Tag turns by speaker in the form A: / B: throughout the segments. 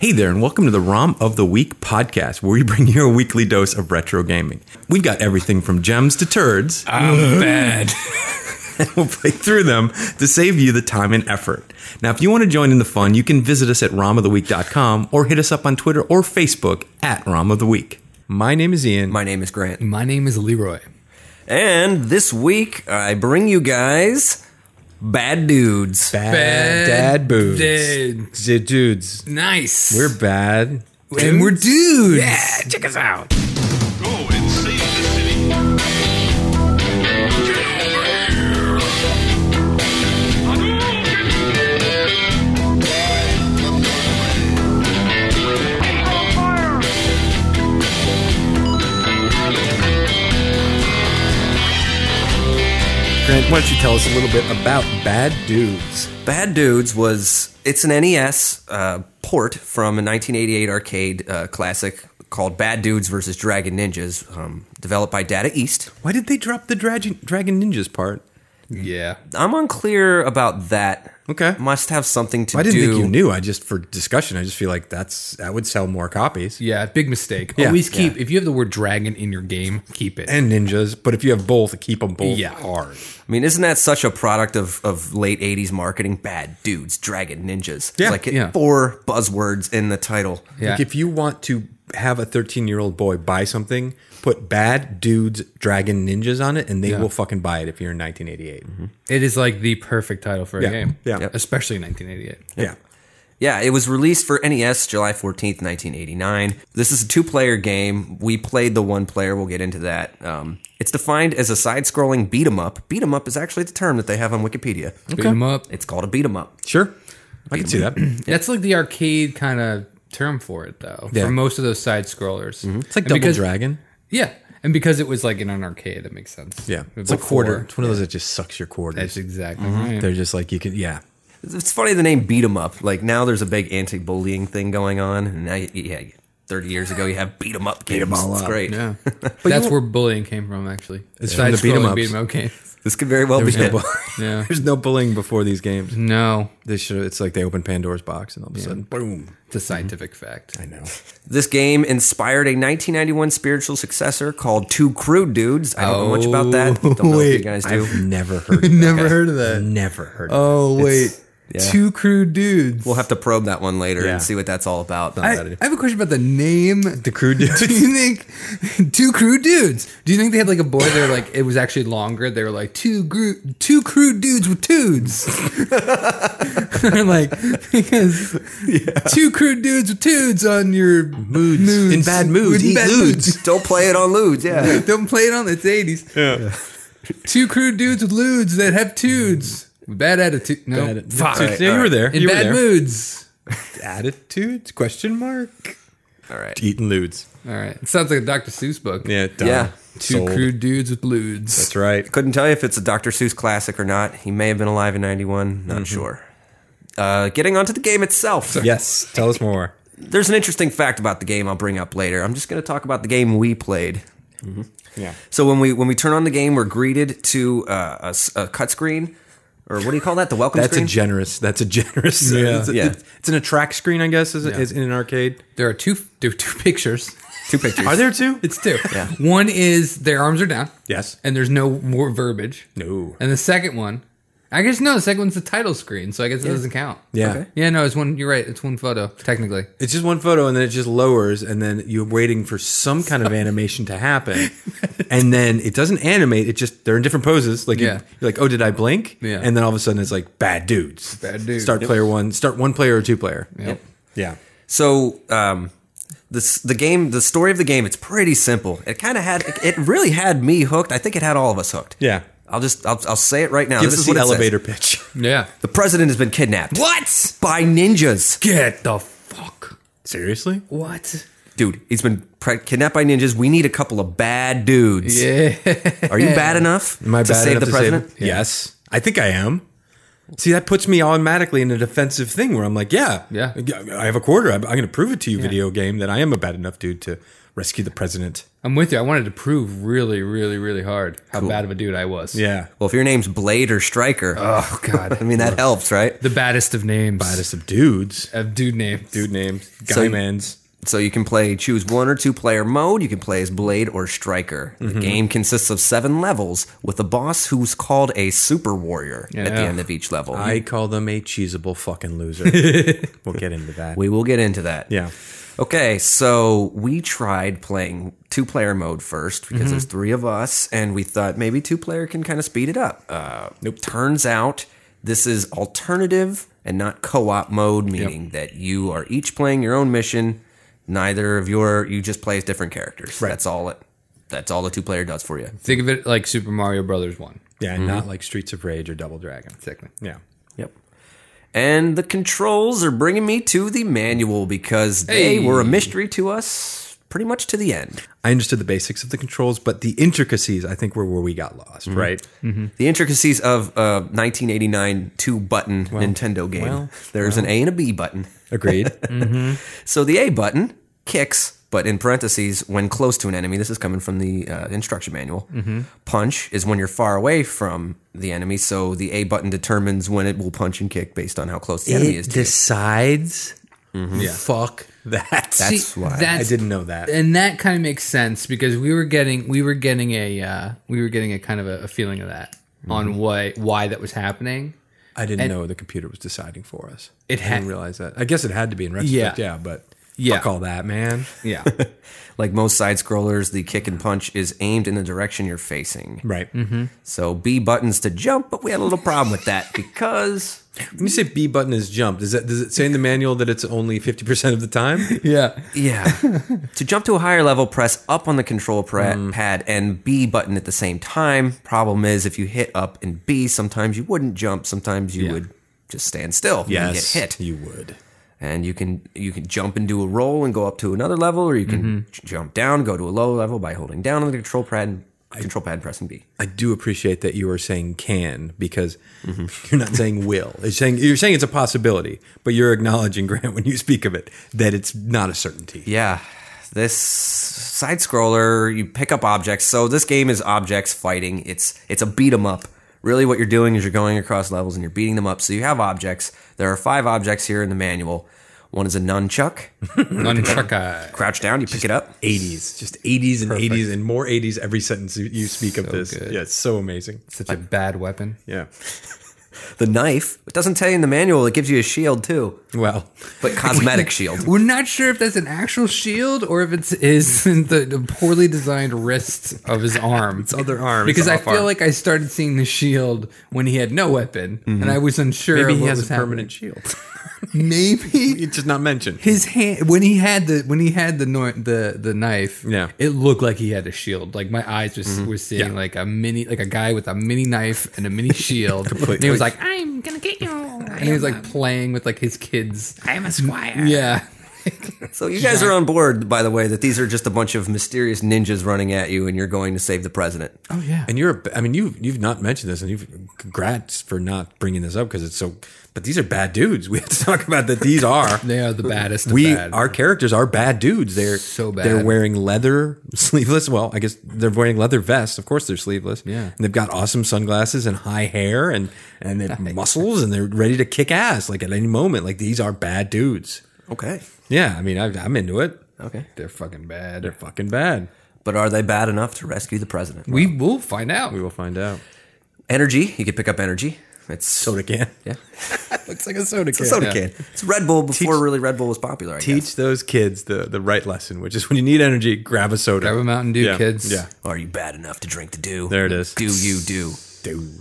A: Hey there, and welcome to the ROM of the Week podcast, where we bring you a weekly dose of retro gaming. We've got everything from gems to turds,
B: I'm bad.
A: and we'll play through them to save you the time and effort. Now, if you want to join in the fun, you can visit us at romoftheweek.com or hit us up on Twitter or Facebook at ROM of the Week. My name is Ian.
C: My name is Grant.
B: My name is Leroy.
C: And this week, I bring you guys Bad Dudes.
A: bad,
B: Bad
A: dad boobs.
B: dudes.
A: The dudes.
B: Nice.
A: We're bad.
B: and we're dudes. Yeah, check us out.
D: Go and save the city. Get over here.
A: Grant, why don't you tell us a little bit about bad dudes?
C: Bad Dudes was it's an NES uh, port from a 1988 arcade uh, classic called Bad Dudes versus Dragon Ninjas, um, developed by Data East.
A: Why did they drop the dragon, dragon ninjas part?
B: Yeah.
C: I'm unclear about that.
A: Okay.
C: must have something to
A: I didn't
C: do.
A: think you knew. I just for discussion. I just feel like that's that would sell more copies
B: Yeah, big mistake.
A: Yeah,
B: Always keep, if you have the word dragon in your game, keep it.
A: and ninjas. But if you have both, keep them both.
B: yeah, hard.
C: I mean, isn't that such a product of, of late 80s marketing? Bad Dudes, Dragon Ninjas.
A: Yeah,
C: it's like
A: yeah.
C: four buzzwords in the title.
B: Yeah.
A: Like if you want to have a 13 year old boy buy something, put bad dudes dragon ninjas on it, and they will fucking buy it if you're in 1988.
B: It is like the perfect title for a
A: Yeah,
B: game.
A: yeah. Yep.
B: Especially in 1988.
A: Yeah.
C: Yeah, it was released for NES July 14th, 1989. This is a two player game. We played the one player. We'll get into that. Um, it's defined as a side scrolling beat 'em up. Beat 'em up is actually the term that they have on Wikipedia.
B: Beat 'em up.
C: It's called a beat 'em up.
A: Sure. I can see that.
B: That's like the arcade kind of term for it, though.
A: Yeah. Mm-hmm.
B: For most of those side scrollers,
A: It's like Double
B: because,
A: Dragon.
B: Yeah, and because it was like in an arcade, that makes sense.
A: Yeah.
B: Before.
A: It's a quarter. Mm-hmm. It's one of those that just sucks your quarters.
B: That's exactly right.
A: They're just like, you can, yeah.
C: It's funny the name beat 'em up. Like now there's a big anti bullying thing going on. And now, you- yeah, 30 years ago, you have beat 'em up games. it's great.
B: Yeah, that's where bullying came from. Actually,
A: It's from the beat 'em
B: Side-scrolling
A: ups.
B: beat 'em up game.
C: This could very well
A: There's
C: be
A: no,
C: it.
A: bu-
B: Yeah.
A: There's no bullying before these games.
B: No,
A: They should, it's like they open Pandora's box and all of a sudden, boom.
B: it's a scientific fact.
A: I know.
C: This game inspired a 1991 spiritual successor called Two Crude Dudes. I don't know much about that. Don't know if you guys do.
A: I've never heard of
B: Never heard of
A: that.
B: that.
A: Never heard of
B: Oh wait,
C: yeah.
B: two crew dudes.
C: We'll have to probe that one later
A: Yeah.
C: and see what that's all about.
B: I, I have a question about the name.
A: The crew dudes.
B: Do you think two crew dudes? Do you think they had like a boy? They're like it was actually longer. They were like two group, two crew dudes with tudes. They're like because two crew dudes with tudes on your moods,
A: In bad moods,
B: With
A: eat lewds.
C: Don't play it on lewds, yeah.
B: Don't play it on the eighties. Yeah. Two crew dudes with lewds that have tudes. Bad attitude. No.
A: that. Bad-
B: Fuck.
A: Yeah, you were there.
B: In
A: you were
B: bad
A: there.
B: moods.
A: Attitudes? Question mark.
C: All right.
A: Eating lewds.
B: All right. It sounds like a Dr. Seuss book.
A: Yeah. Done.
C: Yeah.
B: Two
A: Sold.
B: crude dudes with lewds.
A: That's right.
C: Couldn't tell you if it's a Dr. Seuss classic or not. He may have been alive in 91, not sure. Uh, getting onto the game itself.
A: Yes. Tell us more.
C: There's an interesting fact about the game I'll bring up later. I'm just going to talk about the game we played.
A: Yeah.
C: So when we when we turn on the game, we're greeted to uh, a s- a, cut screen, or what do you call that? The welcome
A: That's
C: screen.
A: a generous. That's a generous.
B: Yeah.
A: It's,
C: Yeah.
A: It's, it's an attract screen, I guess, is, is in an arcade.
B: There are two there are two pictures.
C: Two pictures.
A: Are there two?
B: It's two. One is their arms are down.
A: Yes.
B: And there's no more verbiage.
A: No.
B: And the second one, I guess no. The second one's the title screen, so I guess it doesn't count.
A: Yeah.
C: Okay.
B: Yeah. No, it's one. You're right. It's one photo technically.
A: It's just one photo, and then it just lowers, and then you're waiting for some kind of animation to happen, and then it doesn't animate. It just they're in different poses. Like you-
B: Yeah.
A: you're like, oh, did I blink?
B: Yeah.
A: And then all of a sudden it's like bad dudes.
B: Bad dudes.
A: Start player one. Start one player or two player.
B: Yep.
A: Yeah.
C: So um, this the game, the story of the game. It's pretty simple. It kind of had it really had me hooked. I think it had all of us hooked.
A: Yeah.
C: I'll just I'll, I'll say it right now.
A: Give us
C: this is
A: the
C: what it says.
A: elevator pitch.
B: Yeah.
C: The president has been kidnapped
B: What?
C: by ninjas,
B: Get the fuck.
A: Seriously?
B: What?
C: dude. He's been pre- kidnapped by ninjas. We need a couple of bad dudes.
B: Yeah.
C: Are you bad enough
A: Am I
C: to
A: bad
C: save
A: enough
C: the
A: to
C: president?
A: Yes, I think I am. See, that puts me automatically in a defensive thing where I'm like, yeah,
B: Yeah.
A: I have a quarter. I'm, I'm going to prove it to you, video game, that I am a bad enough dude to rescue the president.
B: I'm with you. I wanted to prove really, really, really hard how bad of a dude I was.
A: Yeah.
C: Well, if your name's Blade or Striker,
B: Oh God.
C: I mean that helps, right?
B: the baddest of names.
A: Baddest of dudes,
B: of dude names.
A: dude names, guy
C: So-
A: mans.
C: So you can play choose one or two player mode. You can play as Blade or Striker.
A: Mm-hmm.
C: The game consists of seven levels with a boss who's called a Super Warrior at the
B: Yeah.
C: end of each level.
A: I call them a cheesable fucking loser. we'll get into that.
C: we will get into that.
A: yeah.
C: Okay, so we tried playing two player mode first because there's three of us, and we thought maybe two player can kind of speed it up. Uh, nope. Turns out this is alternative and not co op mode, meaning that you are each playing your own mission. Neither of your you just play as different characters. That's all it. That's all the two player does for you.
B: Think of it like Super Mario Brothers One.
A: Yeah, and not like Streets of Rage or Double Dragon.
B: Exactly.
A: Yeah.
C: Yep. And the controls are bringing me to the manual because they
B: Hey.
C: were a mystery to us pretty much to the end.
A: I understood the basics of the controls, but the intricacies, I think, were where we got lost, right?
C: The intricacies of uh, a 1989 two button Nintendo game.
A: well,
C: There's an A and a B button.
A: Agreed.
C: So the A button kicks, but in parentheses, when close to an enemy. This is coming from the uh, instruction manual.
A: Mm-hmm.
C: Punch is when you're far away from the enemy. So the A button determines when it will punch and kick based on how close the enemy is to you.
A: decides
B: Yeah. Fuck.
A: that.
C: That's why I
A: I didn't know that.
B: and that kind of makes sense because we were getting we were getting a uh, we were getting a kind of a, a feeling of that on
A: Mm-hmm.
B: why why that was happening.
A: I didn't know the computer was deciding for us.
B: It
A: I didn't
B: had-
A: realize that. I guess it had to be in retrospect. Yeah, but
B: Yeah.
A: fuck all that, man.
B: Yeah,
C: Like most side scrollers, the kick and punch is aimed in the direction you're facing.
A: Right.
B: Mm-hmm.
C: So B buttons to jump, but we had a little problem with that because
A: When you say B button is jump, does that does it say in the manual that it's only fifty percent of the time?
B: yeah.
C: Yeah. to jump to a higher level, press up on the control pra- pad and B button at the same time. Problem is, if you hit up and B, sometimes you wouldn't jump. Sometimes you
B: Yeah.
C: would just stand still and get hit.
A: you would.
C: And you can you can jump and do a roll and go up to another level, or you can j- jump down, go to a low level by holding down on the control pad, and control pad, and pressing B.
A: I do appreciate that you are saying can because
C: Mm-hmm.
A: you're not saying will. It's saying you're saying it's a possibility, but you're acknowledging Grant when you speak of it that it's not a certainty.
C: Yeah. This side scroller, you pick up objects. So this game is objects fighting. It's it's a beat 'em up. Really what you're doing is you're going across levels and you're beating them up. So you have objects. There are five objects here in the manual. One is a nunchuck.
B: Nunchucka.
C: Crouch down, you pick it up.
A: 80s, just 80s and 80s and more 80s every sentence you- you speak of this.
B: good.
A: Yeah, it's so amazing.
B: Such a bad weapon.
A: Yeah.
C: The knife. It doesn't tell you in the manual, it gives you a shield too.
A: Well,
C: But cosmetic shield.
B: We're not sure if that's an actual shield or if it's is the, the poorly designed wrist of his arm. It's
A: other arm,
B: Because
A: it's
B: I
A: off
B: feel
A: arm.
B: like I started seeing the shield when he had no weapon, and I was unsure.
A: Mm-hmm. maybe
B: of
A: he
B: what
A: has a
B: was happening.
A: permanent shield.
B: Maybe
A: it's just not mentioned.
B: his hand when he had the when he had the nor- the the knife.
A: Yeah. Mm-hmm.
B: it looked like he had a shield. Like my eyes just were seeing like a mini like a guy with a mini knife and a mini shield. and he was like,
E: I'm gonna get you. And
B: and he was like playing with like his kids.
E: I'm a squire.
B: Yeah,
C: So you guys are on board, by the way, that these are just a bunch of mysterious ninjas running at you and you're going to save the president.
B: oh yeah.
A: And you're, a- I mean, you've, you've not mentioned this, and you've, congrats for not bringing this up because it's so, but these are bad dudes. We have to talk about that these are.
B: They are the baddest. Of
A: We,
B: bad.
A: our characters are bad dudes. They're
B: So bad.
A: They're wearing leather sleeveless. Well, I guess they're wearing leather vests. Of course, they're sleeveless.
B: Yeah.
A: and they've got awesome sunglasses and high hair and and they have muscles and they're ready to kick ass like at any moment. Like these are bad dudes.
C: Okay.
A: Yeah, I mean, I, I'm into it.
C: Okay.
B: They're fucking
A: They're
B: bad.
A: fucking bad.
C: But are they bad enough to rescue the president?
B: We will find out.
A: We will find out.
C: Energy. You can pick up energy. It's
A: Soda can.
C: Yeah.
A: Looks like a soda can.
C: It's a soda
B: Yeah.
C: can. It's Red Bull before
A: Teach-
C: really Red Bull was popular. I
A: Teach
C: guess.
A: those kids the the right lesson, which is when you need energy, grab a soda.
B: Grab a Mountain Dew,
A: yeah.
B: kids.
A: Yeah.
C: Are you bad enough to drink the dew?
A: There it is.
C: Do you do?
A: Dude.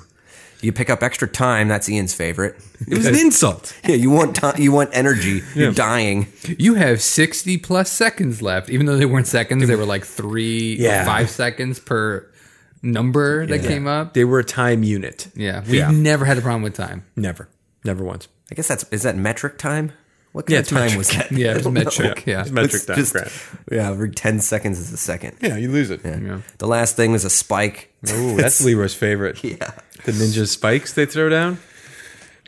C: You pick up extra time. That's Ian's favorite.
A: It was an insult.
C: yeah, you want ti you want energy. You're dying.
B: You have sixty plus seconds left. Even though they weren't seconds, they were like three,
A: Yeah.
B: five seconds per number that came up.
A: They were a time unit.
B: Yeah, we've never had a problem with time.
A: Never. Never once.
C: I guess that's is that metric time. What kind
A: Yeah,
C: of
A: it's
C: time
A: metric.
C: was that?
B: Yeah,
C: I
B: it was
C: don't know.
B: oh, metric. Yeah,
A: It's metric
C: It's
A: time,
C: just-
A: Grant.
C: Yeah, every ten seconds is a second.
A: Yeah, you lose it.
B: Yeah.
C: The last thing was a spike.
A: Oh, that's Leroy's favorite.
C: Yeah.
A: The ninja spikes they throw down.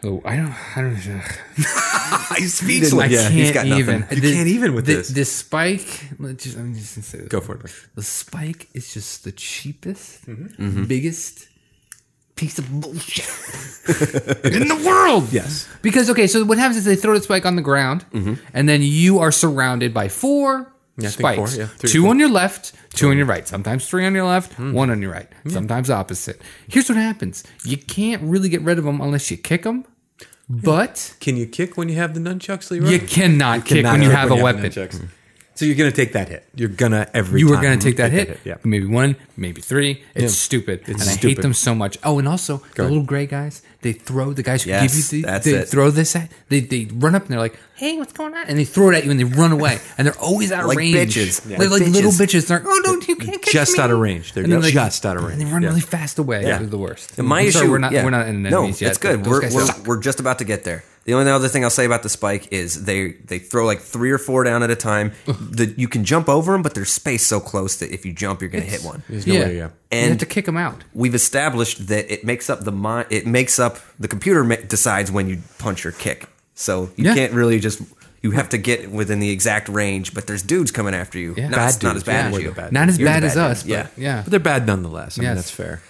B: Oh, I don't. I don't. ugh.
A: I'm speechless.
B: I
C: Yeah,
B: can't
C: he's got nothing.
B: even.
A: You can't even with this.
B: The spike. Let's just, I'm just gonna say this.
A: Go for it.
B: The spike is just the cheapest,
A: Mm-hmm.
B: biggest piece of bullshit in the world.
A: Yes.
B: Because okay, so what happens is they throw the spike on the ground, and then you are surrounded by four
A: I think
B: spikes.
A: four, yeah, three or
B: two
A: four. Mm-hmm.
B: on your left, two on your right. Sometimes three on your left, one on your right. Sometimes opposite. Here's what happens: you can't really get rid of them unless you kick them, but
A: Can you kick when you have the nunchucks, Leroy?
B: you cannot kick
A: cannot
B: when you
A: kick
B: have a
A: the
B: weapon.
A: nunchucks. So you're gonna take that hit. You're Mm. gonna every.
B: you were
A: time
B: going to take that hit.
A: Yeah.
B: Maybe one, maybe three. It's stupid. and I hate
A: stupid.
B: them so much. Oh, and also the
A: ahead.
B: little gray guys, they throw the guys who
C: Yes,
B: give you the,
C: that's
B: they
C: it.
B: throw this at, they, they run up and they're like, hey, what's going on? And they throw it at you and they run away. And they're always out of
C: Like
B: range.
C: bitches.
B: They're
C: Yeah.
B: Like,
C: Bitches.
B: little bitches. They're like, oh, no, you can't catch
A: Just
B: me."
A: out of range. They're
B: And then, like,
A: just out of range.
B: And they run
A: Yeah.
B: really fast away. They're the worst.
C: My
B: I'm
C: issue.
B: sorry, we're not,
C: yeah.
B: we're not in
C: no,
B: enemies yet.
C: it's good.
B: but
C: We're,
B: those guys
C: we're,
B: suck.
C: we're just about to get there. The only other thing I'll say about the spike is they they throw like three or four down at a time. the, you can jump over them, but there's space so close that if you jump, you're going to hit one.
A: no
B: yeah.
A: way, yeah.
B: you have
C: And-
B: to kick them out.
C: We've established that it makes up the mind. It makes up the computer ma- decides when you punch or kick. So you
B: Yeah.
C: can't really just. You have to get within the exact range, but there's dudes coming after you.
B: Yeah.
C: Not,
B: Bad
C: it's not as
A: dudes.
C: bad
A: Yeah,
C: as
A: we're
C: you.
A: the bad
B: Not as
C: You're the
B: bad as
C: dude.
B: us,
C: Yeah.
B: but yeah.
A: but they're bad nonetheless. I mean,
B: Yes.
A: that's fair.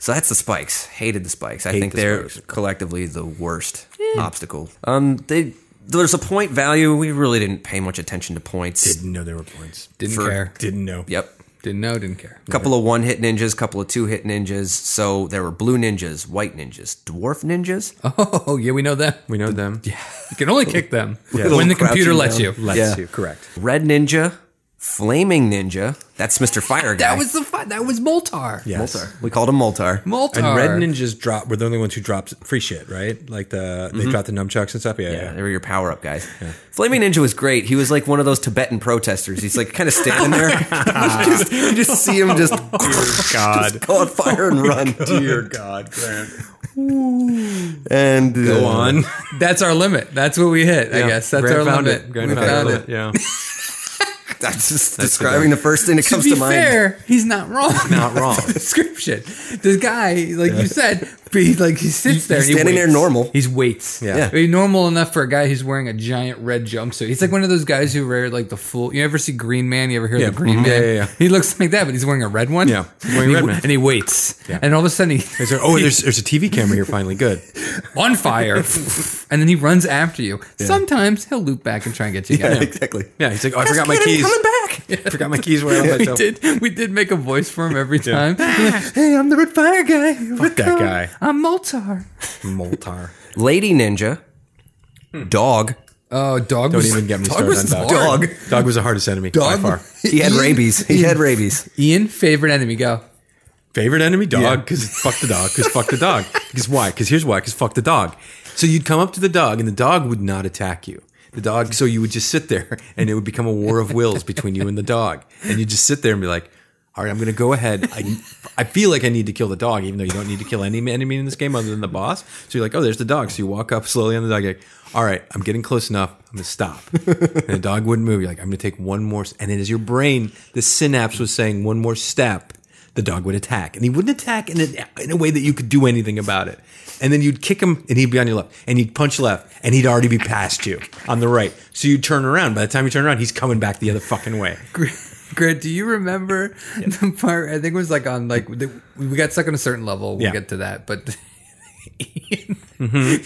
C: So that's the spikes. Hated the spikes. I think
A: the
C: they're collectively the worst obstacle. Um, they there's a point value. We really didn't pay much attention to points.
A: Didn't know there were points.
B: Didn't
C: For-
B: care.
A: Didn't know.
C: Yep.
B: Didn't know, didn't care.
C: Couple of one hit ninjas, couple of two hit ninjas. So there were blue ninjas, white ninjas, dwarf ninjas.
B: Oh, yeah, we know that.
A: We know them. Yeah.
B: You can only kick them
C: Little
B: when the computer
C: crouching
B: lets
C: down.
B: you.
A: Let's
C: Yeah.
A: see. Correct.
C: Red ninja, flaming ninja. That's Mr. Fire guy.
B: That was the fun. That was Moltar.
A: Yes.
C: Moltar. We called him Moltar.
B: Moltar.
A: And Red Ninjas drop were the only ones who dropped free shit, right? Like the they dropped the nunchucks and stuff. Yeah,
C: Yeah,
A: Mm-hmm. yeah.
C: they were your power up guys. Flaming Ninja was great. He was like one of those Tibetan protesters. He's like kind of standing there. you, just, you just see him just
A: God,
C: call it fire and run.
A: dear God, Grant.
C: And uh,
A: Go on.
B: That's our limit. That's what we hit. I guess that's
A: Grant
B: our
A: found
B: limit.
A: It. Grant
B: we
A: found,
B: found
A: our limit,
B: it.
A: Yeah.
C: That's just describing the first thing that
B: To
C: comes
B: be
C: to mind.
B: fair, he's not wrong.
A: Not wrong.
B: Description. This guy, like you said, he like he sits there. and he
C: standing there
B: waits.
C: normal.
B: He's waits.
A: Yeah. Yeah.
B: I mean, normal enough for a guy who's wearing a giant red jumpsuit. He's like one of those guys who wear like the full. You ever see Green Man? You ever hear
A: Yeah.
B: the Green
A: Mhm.
B: Man?
A: Yeah, yeah, yeah.
B: He looks like that, but he's wearing a red one.
A: Yeah. He's wearing
B: and,
A: red
B: he,
A: man.
B: and he waits.
A: Yeah.
B: And all of a sudden, he,
A: Is there, oh, there's there's a TV camera here. Finally, good.
B: on fire, and then he runs after you. Sometimes he'll loop back and try and get you again.
C: exactly.
A: Yeah, he's like, oh, I forgot my
C: kid ain't
A: keys.
C: coming back.
A: Forgot my keys. Where I left my
B: We
A: cell-
B: did. We did make a voice for him every time. hey, I'm the red fire guy.
A: that
B: Red Cone.
A: guy.
B: I'm Moltar.
A: Moltar.
C: Lady Ninja,
A: Hmm.
C: dog.
B: Oh, dog.
A: Don't
B: was,
A: even get me
B: dog
A: started
B: was
A: on
B: hard.
A: dog. Dog was the hardest enemy
B: Dog?
A: by far.
C: He had
B: Ian-
C: rabies. He had rabies.
B: Ian, favorite enemy. Go.
A: Favorite enemy dog because fuck the dog because fuck the dog because why because here's why because fuck the dog. So you'd come up to the dog and the dog would not attack you. The dog so you would just sit there and it would become a war of wills between you and the dog and you just sit there and be like, all right, I'm gonna go ahead. I I feel like I need to kill the dog even though you don't need to kill any enemy in this game other than the boss. So you're like, oh, there's the dog. So you walk up slowly on the dog. You're like, all right, I'm getting close enough. I'm gonna stop. and the dog wouldn't move. You're like, I'm gonna take one more. s- And then as your brain, the synapse was saying one more step the dog would attack. And he wouldn't attack in a, in a way that you could do anything about it. And then you'd kick him and he'd be on your left. And you'd punch left and he'd already be past you on the right. So you'd turn around. By the time you turn around, he's coming back the other fucking way.
B: Grant, do you remember the part? I think it was like on like the, we got stuck on a certain level. We'll
A: Yeah.
B: get to that, but. Ian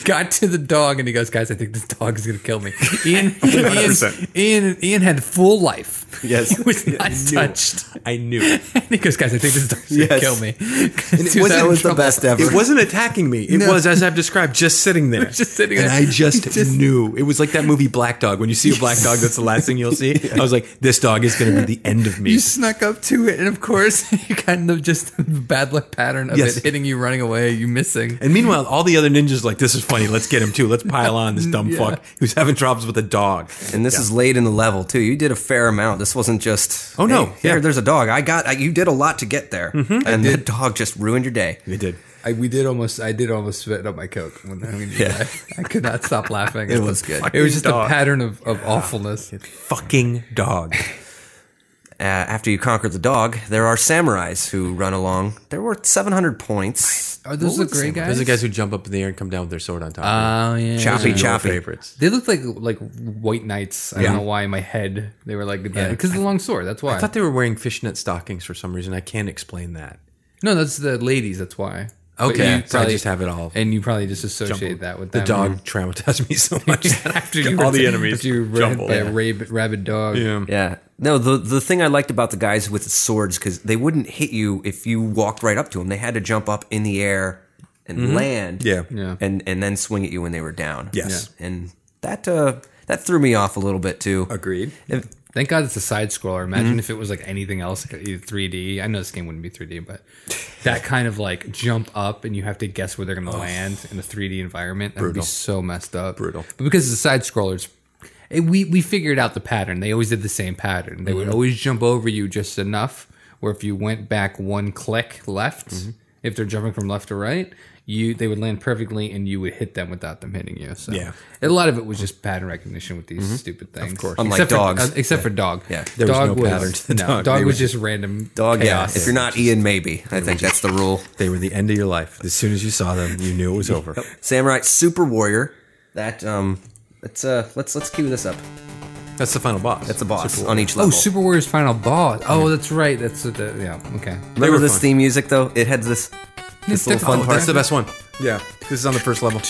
B: got to the dog and he goes, guys, I think this dog is gonna kill me. Ian, Ian,
A: 100%.
B: Ian, Ian had full life.
A: Yes.
B: he was
A: I
B: not
A: knew.
B: touched.
A: I knew.
B: And he goes, guys, I think this dog's gonna
C: Yes.
B: kill me.
C: It was, that was the best ever.
A: It wasn't attacking me. It
B: No.
A: was, as I've described, just sitting there.
B: Just sitting
A: And
B: there.
A: I just,
B: Just-
A: knew. It was like that movie Black Dog. When you see a black dog, that's the last thing you'll see. I was like, this dog is going to be the end of me.
B: You snuck up to it, and of course, you kind of just the bad luck pattern of
A: Yes.
B: it hitting you, running away, you missing.
A: And meanwhile, all the other ninjas are like, this is funny. Let's get him too. Let's pile on this dumb
B: Yeah.
A: fuck who's having problems with a dog.
C: and this is late in the level too. You did a fair amount. This wasn't just.
A: Oh, no.
C: hey, here,
A: Yeah. Mm-hmm.
C: there's a dog. I got. I, you did a lot to get there, and the dog just ruined your day.
A: They did.
B: I, we did almost. I did almost spit up my coke. When, I, mean,
A: Yeah.
B: I, I could not stop laughing.
C: It was good.
B: It was just
A: Dog.
B: a pattern of, of awfulness.
A: fucking dog.
C: Uh, after you conquer the dog, there are samurais who run along. They're worth 700 points.
B: Are those the gray guys?
A: Those are the guys who jump up in the air and come down with their sword on top.
B: Oh yeah.
C: Choppy,
B: yeah.
A: Those are your
C: choppy.
A: favorites.
B: They looked like like white knights. I don't know why in my head they were like that because of the long sword. That's why.
A: I thought they were wearing fishnet stockings for some reason. I can't explain that.
B: no, that's the ladies. That's why. But
A: Okay,
B: you
A: so I just have it all
B: And you probably just associate that with
A: The
B: them.
A: dog traumatized me so much that
B: after you
A: all
B: were-
A: the enemies
B: After you were hit
A: jumbled.
B: by a rabid, rabid dog.
A: Yeah.
C: Yeah. No, the the thing I liked about the guys with swords because they wouldn't hit you if you walked right up to them. They had to jump up in the air and land.
D: Yeah.
B: Mm-hmm. Yeah.
C: And and then swing at you when they were down.
D: Yes.
C: And that uh that threw me off a little bit too.
D: Agreed.
C: If-
B: Thank God it's a side scroller. Imagine if it was like anything else, like either 3D. I know this game wouldn't be 3D, but that kind of like jump up and you have to guess where they're going to land in a 3D environment. That would be so messed up.
D: Brutal.
B: But because it's a side scroller, it's- it, we, we figured out the pattern. They always did the same pattern. They would always jump over you just enough where if you went back one click left, if they're jumping from left to right, you they would land perfectly and you would hit them without them hitting you. So
D: Yeah.
B: a lot of it was just pattern recognition with these stupid things. Of course
C: Unlike
B: except
C: dogs.
B: For, uh, except for dog.
C: Yeah.
D: There was
B: dog
D: no pattern to the
B: no,
D: dog.
B: dog.
D: They
B: was
D: were-
B: just random
C: dog,
B: chaos.
C: yeah. If you're not Ian, maybe. I think that's the rule.
D: They were the end of your life. As soon as you saw them, you knew it was over.
C: Samurai Super Warrior. That um let's uh let's let's cue this up.
A: That's the final boss.
C: That's the boss on each
B: Oh,
C: level.
B: Super Warriors final boss. Oh, that's right. That's what the yeah. Okay.
C: Remember
A: were
C: this
A: fun.
C: theme music though? It had this this little fun
A: Oh,
C: part.
A: that's the best one.
D: Yeah.
A: This is on the first level.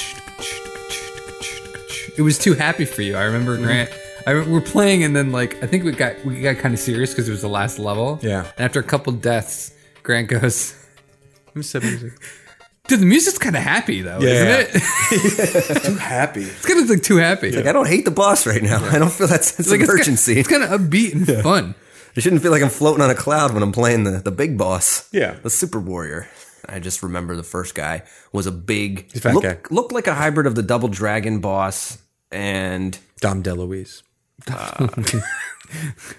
B: It was too happy for you. I remember Grant. I re- we're playing and then like I think we got we got kind of serious because it was the last level.
D: Yeah.
B: And after a couple deaths, Grant goes.
A: music.
B: Dude, the music's kind of happy though,
D: Yeah.
B: isn't it?
D: Happy.
B: It's kind of like too happy.
C: Like, I don't hate the boss right now. I don't feel that sense
B: Like,
C: of
B: it's ki-
C: urgency.
B: It's kind of upbeat and fun.
C: I shouldn't feel like I'm floating on a cloud when I'm playing the, the big boss.
D: Yeah.
C: The super warrior. I just remember the first guy was a big
D: a fat
C: look,
D: guy.
C: looked like a hybrid of the double dragon boss and
A: Dom DeLuise.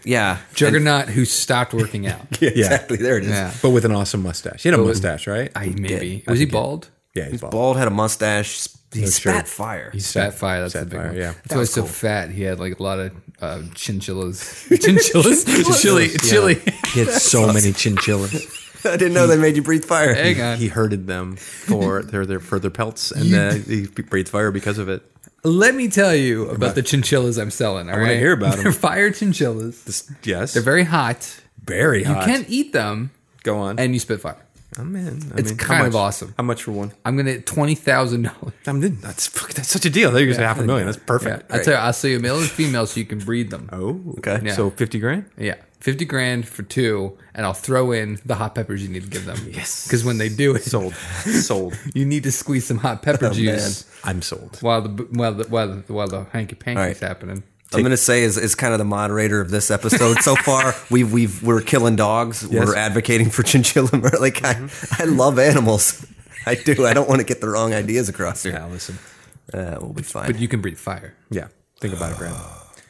C: yeah.
B: Juggernaut who stopped working out.
D: Yeah.
C: Exactly. There it is.
B: Yeah.
D: But with an awesome mustache. He had a mustache, right?
B: I maybe was he bald?
D: yeah, he's bald.
C: Bald had a mustache. He spat
D: sure.
C: fire.
B: Fat fire. That's the big
D: fire,
B: one.
D: yeah.
B: That's why he's so fat. He had like a lot of uh, chinchillas. chinchillas? chili. Chili.
A: He had so many chinchillas.
C: I didn't know they made you breathe fire.
B: Hang on.
A: He herded them for their, their for their pelts, and uh, he breathed fire because of it.
B: Let me tell you about the chinchillas I'm selling. All right,
D: wanna hear about 'em.
B: They're fire chinchillas.
D: This- yes.
B: They're very hot.
D: very hot.
B: You can eat them
D: go on.
B: and you spit fire.
D: I'm in. I
B: It's
D: mean, how
B: kind of
D: much?
B: awesome.
D: How much for one?
B: I'm gonna twenty thousand dollars.
D: I'm in. That's fuck, that's such a deal. There you go. Half a million. That's
B: Yeah,
D: perfect.
B: I tell you, I'll sell you male and female so you can breed them.
D: Oh,
C: Okay.
B: Yeah.
D: So fifty grand.
B: Yeah, fifty grand for two, and I'll throw in the hot peppers you need to give them. Yes, because when they do it,
D: Sold. Sold.
B: you need to squeeze some hot
D: Oh,
B: pepper juice
D: I'm sold.
B: while the while the while the, while the hanky panky's
C: All right.
B: happening.
C: I'm gonna say is, is kind of the moderator of this episode so far. We've we've we're killing dogs. We're advocating for chinchilla. murder. Like
D: Mm-hmm.
C: I, I love animals. I do. I don't want to get the wrong ideas across here.
D: Now listen.
C: Uh, we'll be fine.
B: But you can breathe fire
D: Yeah. Think about it, Grant.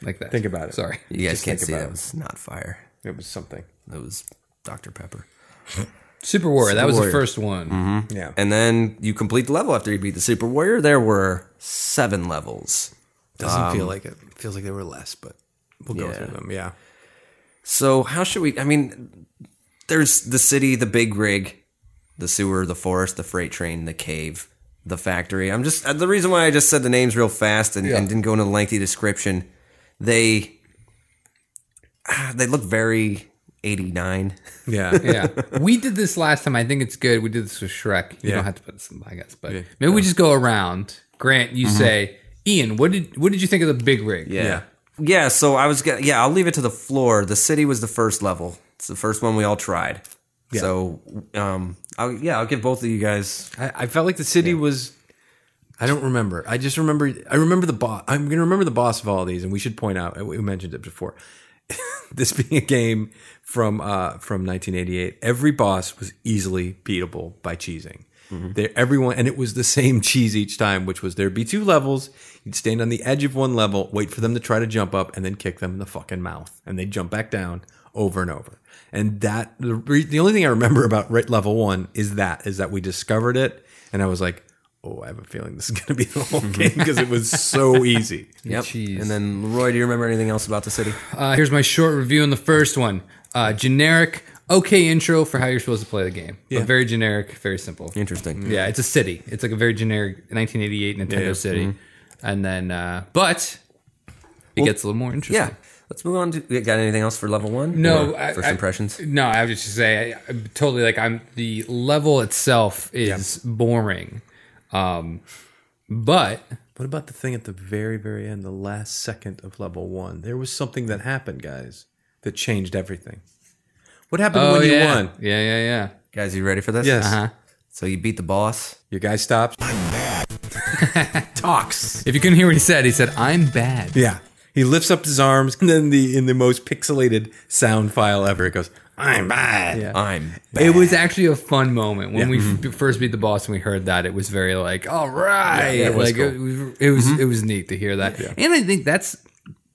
B: like that.
D: Think about it.
B: Sorry,
C: You guys
D: Just
C: can't
D: think
C: see
D: about
C: that
D: it.
C: was not fire.
D: It was something.
C: It was Dr. Pepper.
B: Super Warrior. that was
D: Warrior.
B: the first one.
D: Yeah.
C: And then you complete the level after you beat the Super Warrior. There were seven levels.
A: Doesn't
B: Um,
A: feel like it. Feels like they were less, but we'll go
C: Yeah.
A: through them. Yeah.
C: So how should we? I mean, there's the city, the big rig, the sewer, the forest, the freight train, the cave, the factory. I'm just uh, the reason why I just said the names real fast and, and didn't go into a lengthy description. They ah, they look very 89.
A: Yeah.
B: Yeah, we did this last time. I think it's good. We did this with Shrek. You don't have to put this in the podcast, but maybe we just go around. Grant, you say, Ian, what did what did you think of the big rig?
C: Yeah. Yeah, so I was gonna yeah, I'll leave it to the floor. The city was the first level. It's the first one we all tried. So um I'll yeah, I'll give both of you guys
A: I, I felt like the city was. I don't remember. I just remember. I remember the boss. I'm going to remember the boss of all these, and we should point out we mentioned it before. this being a game from uh, from 1988, every boss was easily beatable by cheesing. There, everyone, and it was the same cheese each time, which was there'd be two levels. You'd stand on the edge of one level, wait for them to try to jump up, and then kick them in the fucking mouth, and they'd jump back down over and over. And that the, re- the only thing I remember about right level one is that is that we discovered it, and I was like, oh, I have a feeling this is going to be the whole game because it was so easy.
C: Yep.
B: Cheese.
C: And then Leroy, do you remember anything else about the city?
B: Uh, here's my short review on the first one. Uh, generic, okay intro for how you're supposed to play the game. But very generic, very simple.
C: Interesting.
B: Yeah, it's a city. It's like a very generic 1988 Nintendo City. And then, uh, but it gets a little more interesting.
C: Yeah. Let's move on to. you Got anything else for level one?
B: No,
C: Or
B: I-
C: first
B: I-
C: impressions.
B: No, I was just say I, I'm totally like I'm. The level itself is boring, um, but
A: What about the thing at the very, very end, the last second of level one? There was something that happened, guys, that changed everything. What happened when you
B: Oh, yeah.
A: won?
B: yeah, yeah, yeah.
C: Guys, you ready for this?
A: Yes.
B: Uh, Uh-huh.
C: So you beat the boss.
A: Your guy stops. Talks.
B: If you couldn't hear what he said, he said, "I'm bad."
A: Yeah. He lifts up his arms, and then the in the most pixelated sound file ever, it goes, I'm Uh, bad. Yeah.
C: I'm.
B: It was actually a fun moment when we f- first beat the boss and we heard that. It was very like, all right,
C: Yeah, it was
B: like it was, it was, it was neat to hear that. And I think that's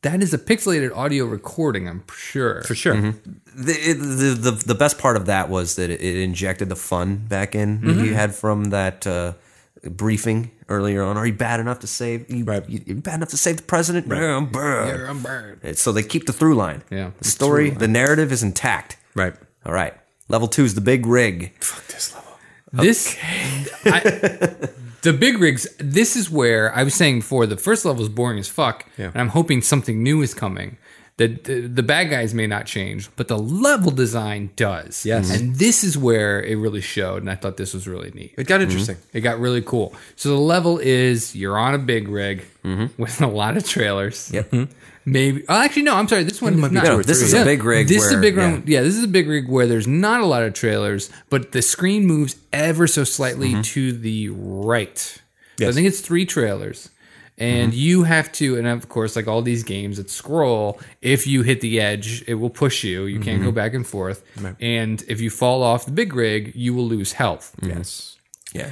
B: that is a pixelated audio recording. I'm sure.
A: For sure.
C: The, it- the, the, the best part of that was that it, it injected the fun back in that you had from that uh, briefing earlier on. Are you bad enough to save? You,
A: Right.
C: you, you bad enough to save the president? Yeah, I'm bad.
B: I'm bad.
C: It's- So they keep the through line.
B: Yeah.
C: The story, the narrative is intact.
A: Right.
C: All right. Level two is the big rig.
B: This, I, the big rigs. This is where I was saying before. The first level is boring as fuck, and I'm hoping something new is coming. That the, the bad guys may not change, but the level design does. Yes, and this is where it really showed. And I thought this was really neat. Mm-hmm.
A: It got interesting.
B: It got really cool. So the level is you're on a big rig
A: Mm-hmm.
B: with a lot of trailers.
C: Yep.
B: Maybe. Oh, actually, no. I'm sorry. This one might
A: be two or
C: this is a big rig
B: This is a
C: where-
B: big
C: yeah.
B: rig. Yeah, this is a big rig where there's not a lot of trailers, but the screen moves ever so slightly
C: Mm-hmm.
B: to the right. So I think it's three trailers. And
C: Mm-hmm.
B: you have to, and of course, like all these games that scroll, if you hit the edge, it will push you. You can't
C: Mm-hmm.
B: go back and forth. And if you fall off the big rig, you will lose health.
A: Yes.
C: Yeah.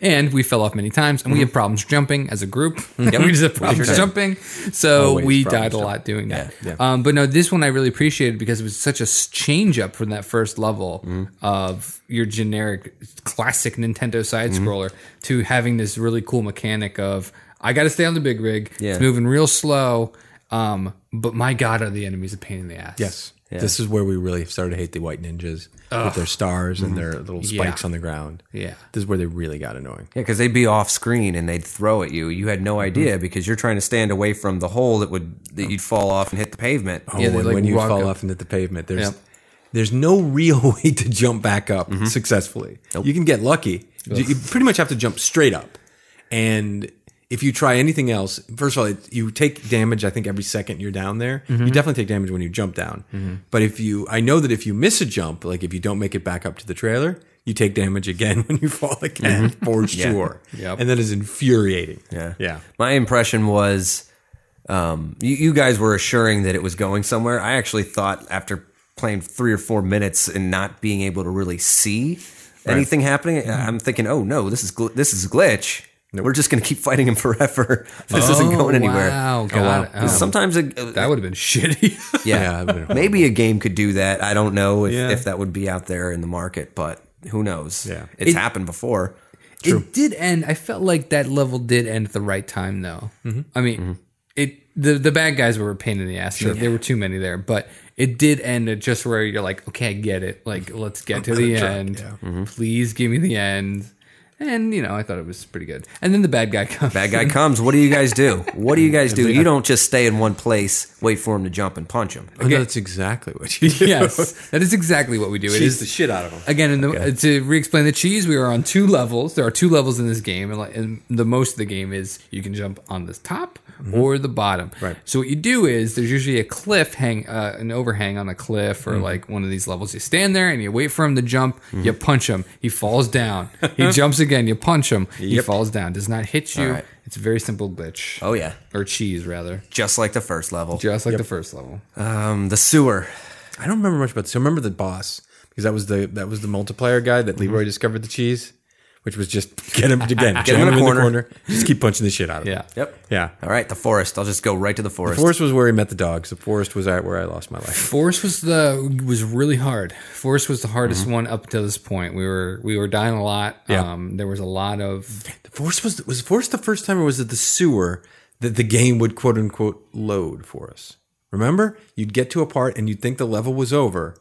B: and we fell off many times and we had problems jumping as a group we just had problems jumping so we died a lot doing that Um, but no this one i really appreciated because it was such a s- change up from that first level of your generic classic nintendo side scroller to having this really cool mechanic of i gotta stay on the big rig
C: Yeah.
B: it's moving real slow um, but my god are the enemies a pain in the ass
A: Yes. This is where we really started to hate the white ninjas with their stars and their little spikes on the ground.
B: Yeah.
A: This is where they really got annoying.
C: Yeah, because they'd be off screen and they'd throw at you. You had no idea because you're trying to stand away from the hole that would that you'd fall off and hit the pavement.
A: Oh,
B: Yeah, they,
A: when,
B: like,
A: when you
B: walk
A: fall
B: up-
A: off into the pavement, there's
B: Yep.
A: there's no real way to jump back up
B: Mm-hmm.
A: successfully. You can get lucky. You- You pretty much have to jump straight up. And if you try anything else, first of all, it, you take damage. I think every second you're down there,
B: Mm-hmm.
A: you definitely take damage when you jump down. But if you, I know that if you miss a jump, like if you don't make it back up to the trailer, you take damage again when you fall again for sure.
B: Mm-hmm. Yep.
A: And that is infuriating.
C: Yeah.
A: yeah.
C: My impression was um, you, you guys were assuring that it was going somewhere. I actually thought after playing three or four minutes and not being able to really see anything happening, I- I'm thinking, oh no, this is gl- this is glitch. We're just going to keep fighting him forever. This isn't
B: Oh,
C: going anywhere.
B: wow, God. Oh.
C: 'Cause Sometimes it, uh,
B: that would have been shitty
C: yeah,
A: Yeah, I've been-
C: maybe a game could do that. I don't know if,
A: Yeah.
C: if that would be out there in the market, but who knows?
A: Yeah.
C: it's
B: It-
C: happened before.
B: It did end. I felt like that level did end at the right time, though. I mean, it the the bad guys were a pain in the ass. There, there were too many there, but it did end at just where you're like, okay, I get it. Like, let's get to the end. Please give me the end. And you know, I thought it was pretty good. And then the bad guy comes.
C: Bad guy comes. What do you guys do? What do you guys do? You don't just stay in one place, wait for him to jump and punch him.
A: Oh, no, that's exactly what you do.
B: yes, that is exactly what we do. It
A: Cheese
B: is
A: the shit out of them.
B: again in the, to re-explain the cheese we are on two levels there are two levels in this game and, like, and the most of the game is you can jump on the top
C: Mm-hmm.
B: or the bottom
A: Right.
B: so what you do is there's usually a cliff hang uh, an overhang on a cliff or
C: Mm-hmm.
B: like one of these levels you stand there and you wait for him to jump you punch him he falls down he jumps again you punch him he falls down does not hit you
C: right.
B: it's a very simple glitch
C: Oh yeah,
B: or cheese rather
C: just like the first level.
B: just like the first level
C: Um, the sewer.
A: I don't remember much about this. I remember the boss because that was the that was the multiplayer guy that Leroy
C: Mm-hmm.
A: discovered the cheese, which was just get him again, get
C: him in the corner.
A: just keep punching the shit out of him.
B: yeah
C: Yep.
A: Yeah,
C: All right, the forest. I'll just go right to the forest.
A: Forest was where he met the dogs. The forest was out where I lost my life.
B: Forest was the was really hard. Forest was the hardest one up to this point. We were we were dying a lot.
A: Mm-hmm. Yeah.
B: Um there was a lot of
A: The forest was was forest the first time or was it the sewer that the game would quote unquote load for us? Remember, you'd get to a part and you'd think the level was over,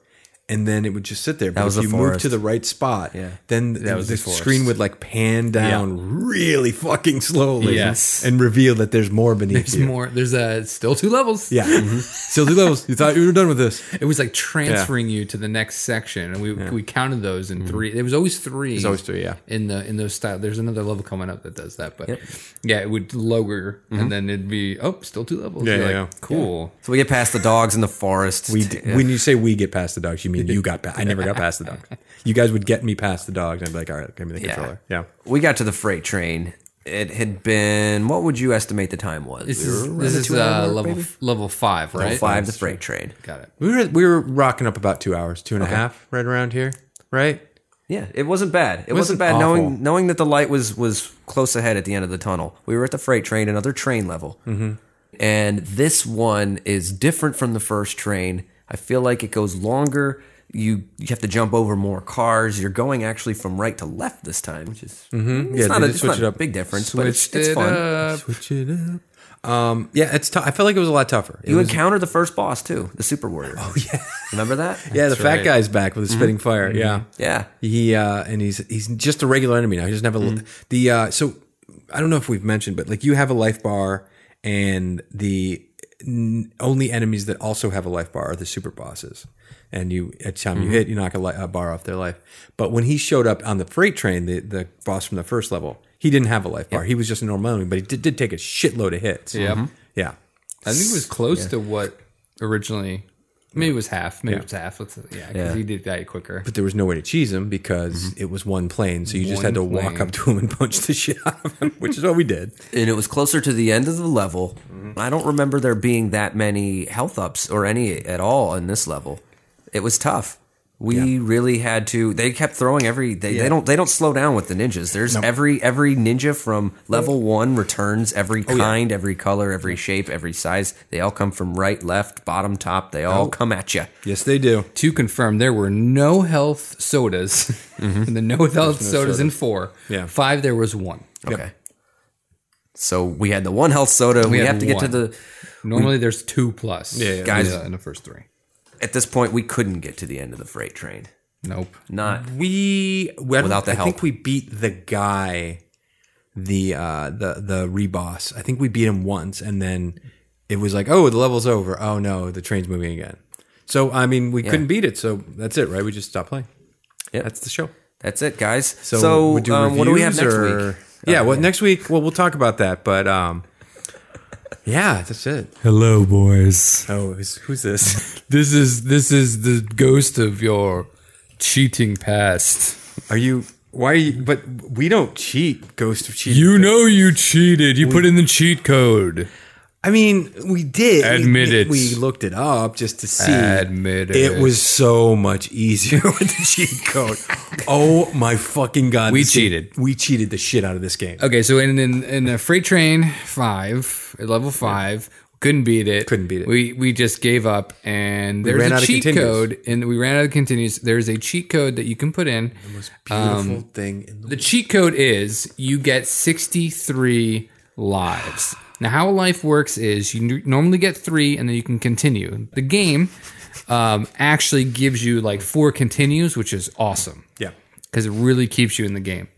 A: and then it would just sit there. But
C: was
A: if
C: the
A: you moved
C: forest.
A: to the right spot,
C: Yeah.
A: then
C: That was
A: the,
C: the forest.
A: screen would like pan down really fucking slowly,
C: Yes.
A: and reveal that there's more beneath
B: There's
A: you.
B: more. There's uh, still two levels.
A: Yeah, Mm-hmm. still two levels. You thought you were done with this.
B: It was like transferring you to the next section, and we we counted those in three. It was always three. There's
A: Mm-hmm. always three, yeah.
B: In the in those style, there's another level coming up that does that, but yeah, it would lower, and then it'd be oh, still two levels.
A: Mm-hmm. Yeah,
B: You're
A: yeah,
B: like,
A: yeah.
B: cool.
C: So we get past the dogs in the forest. Uh,
A: We
C: to-
A: d-
C: yeah.
A: when you say we get past the dogs, you mean you got past. I never got past the dogs. You guys would get me past the dogs, and I'd be like, all right, give me the
C: Yeah.
A: controller. Yeah.
C: we got to the freight train. It had been what would you estimate the time was?
B: This
C: We were
B: is
C: around
B: this
C: the
B: is
C: two-hour
B: uh,
C: mark,
B: level
C: maybe?
B: level five, right?
C: Level five, the freight train.
B: Got it.
A: We were we were rocking up about two hours, two and a half, right around here, right?
C: Yeah, it wasn't bad. It, wasn't,
A: wasn't
C: bad
A: awful.
C: knowing knowing that the light was was close ahead at the end of the tunnel. We were at the freight train, another train level, mm-hmm. and this one is different from the first train. I feel like it goes longer. You you have to jump over more cars. You're going actually from right to left this time, which is it's
A: Mm-hmm. Yeah,
C: not,
A: they
C: a,
A: did
C: it's
A: switch
C: not
A: it
C: a
A: up.
C: big difference, but it's,
B: Switched
C: it's
B: it
C: fun.
B: up.
A: Switch it up. Um, yeah, it's. T- I felt like it was a lot tougher. It
C: You
A: was-
C: encounter the first boss too, the Super Warrior. Oh yeah, remember that?
A: yeah, the fat
B: right.
A: guy's back with a spitting fire. Yeah,
C: yeah.
A: He uh, and he's he's just a regular enemy now. He doesn't have a
B: Mm.
A: the uh, so I don't know if we've mentioned, but like you have a life bar, and the n- only enemies that also have a life bar are the super bosses. And you at time
B: Mm-hmm.
A: you hit, you knock a, li- a bar off their life. But when he showed up on the freight train, the the boss from the first level, he didn't have a life bar. He was just a normal enemy, but he did, did take a shitload of hits.
B: Yep.
A: yeah.
B: I think it was close to what originally. Maybe it was half. Maybe it was half. Let's, yeah, because
C: Yeah.
B: he did die quicker.
A: But there was no way to cheese him because it was one plane, so you just had to
B: Mm-hmm. One
A: walk
B: plane.
A: up to him and punch the shit out of him, which is what we did.
C: and it was closer to the end of the level. I don't remember there being that many health ups or any at all in this level. It was tough. We really had to. They kept throwing every. They, they don't. They don't slow down with the ninjas. There's every every ninja from level one returns every kind, every color, every shape, every size. They all come from right, left, bottom, top. They all come at you.
A: Yes, they do.
B: to confirm, there were no health sodas. and the Mm-hmm. no health sodas, in four.
A: Yeah.
B: Five, there was one.
A: Yep.
C: Okay. So we had the one health soda. We,
B: had
C: have to get to
B: one.
C: the.
B: Normally, there's two plus.
A: yeah.
C: Guys-
B: in the first three.
C: At this point, we couldn't get to the end of the freight train.
B: Nope.
C: Not
A: We well,
C: Without the
A: I
C: help.
A: think we beat the guy, the uh, the the reboss. I think we beat him once, and then it was like, oh, the level's over. Oh no, the train's moving again. So I mean, we couldn't beat it. So that's it, right? We just stopped playing.
C: Yep.
A: that's the show.
C: That's it, guys. So,
A: So, we do
C: um, what do we have next
A: reviews, or-
C: week?
A: Yeah, well, next week. Well, we'll talk about that. But um, yeah, that's it. Hello, boys. Oh, who's, who's this?
B: This is this is the ghost of your cheating past.
A: Are you? Why? Are you, but we don't cheat. Ghost of cheating.
B: You know you cheated. You put in the cheat code.
A: I mean, we did.
B: Admit
A: we,
B: it.
A: We looked it up just to see.
B: Admit it.
A: It was so much easier with the cheat code. oh my fucking god!
B: We
A: this game-
B: cheated.
A: we cheated the shit out of this game.
B: Okay, so in in, in the freight train five, at level five, couldn't beat it.
A: Couldn't beat it.
B: We we just gave up, and there's
A: ran
B: a
A: out of
B: cheat
A: continues.
B: code, and we ran out of continues. There's a cheat code that you can put in.
A: Beautiful thing. In the-
B: Um, The cheat code is you get 63 lives. Now, how life works is you n- normally get three and then you can continue. The game um, actually gives you like four continues, which is awesome
A: yeah.
B: because it really keeps you in the game.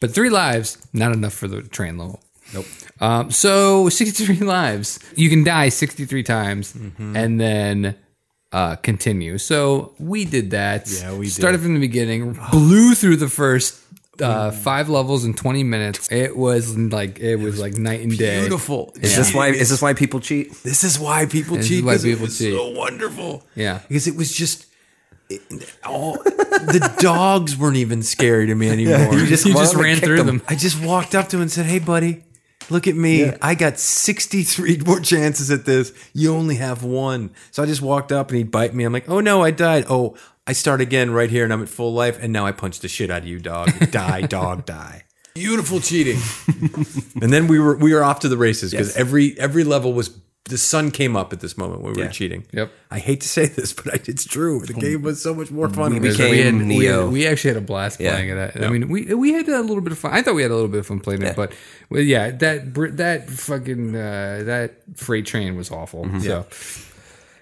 B: But three lives, not enough for the train level.
A: Nope.
B: Um, so 63 lives. You can die 63 times
A: Mm-hmm.
B: and then uh, continue. So we did that.
A: Yeah, we did.
B: Started from the beginning, blew through the first uh,
A: Mm.
B: five levels in 20 minutes. It was like, it was like night and day.
A: Beautiful.
C: Is this why? Is this why people cheat?
A: This is why people
B: This
A: cheat.
B: is why
A: 'cause it
B: people
A: was
B: cheat.
A: So wonderful.
B: Yeah.
A: Because it was just. it- all, the dogs weren't even scary to me anymore.
B: You just, you just ran through them.
A: I just walked up to him and said, "Hey, buddy, look at me. I got 63 more chances at this. You only have one." So I just walked up and he bite me. I'm like, "Oh no, I died. Oh, I start again right here, and I'm at full life. And now I punch the shit out of you, dog. die, dog, die." Beautiful cheating. and then we were we were off to the races because every every level was the sun came up at this moment when we
C: Yeah.
A: were cheating.
B: Yep.
A: I hate to say this, but I- it's true. The game was so much more fun.
C: We
A: when it was
C: became-
B: we, had,
C: Neo.
B: we had- we actually had a blast playing it. I mean, we we had a little bit of fun. I thought we had a little bit of fun playing
C: Yeah.
B: it, but well, yeah, that br- that fucking uh, that freight train was awful.
A: Mm-hmm.
B: So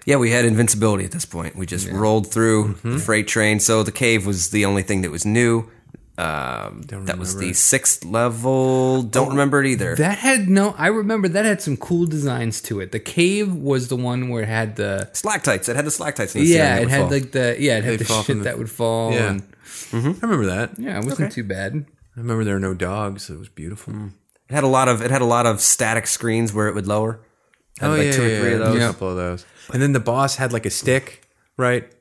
C: Yeah, we had invincibility at this point. We just rolled through
B: Mm-hmm.
C: the freight train. So the cave was the only thing that was new. Um, that was the sixth level. Don't remember it either.
B: Oh, that had no. I remember that had some cool designs to it. The cave was the one where it had the
C: Stalactites. It had the stalactites. In the ceiling
B: yeah,
C: that
B: it
C: would
B: had
C: fall.
B: like the yeah, it
A: They'd
B: had the
A: fall from
B: shit
A: the-
B: that would fall.
A: Yeah.
B: and,
A: I remember that.
B: yeah, it wasn't too bad.
A: I remember there were no dogs. So it was beautiful.
C: It had a lot of it had a lot of static screens where it would lower. Had
B: Oh,
C: like two or three of those.
A: A couple of those. And then the boss had like a stick, right?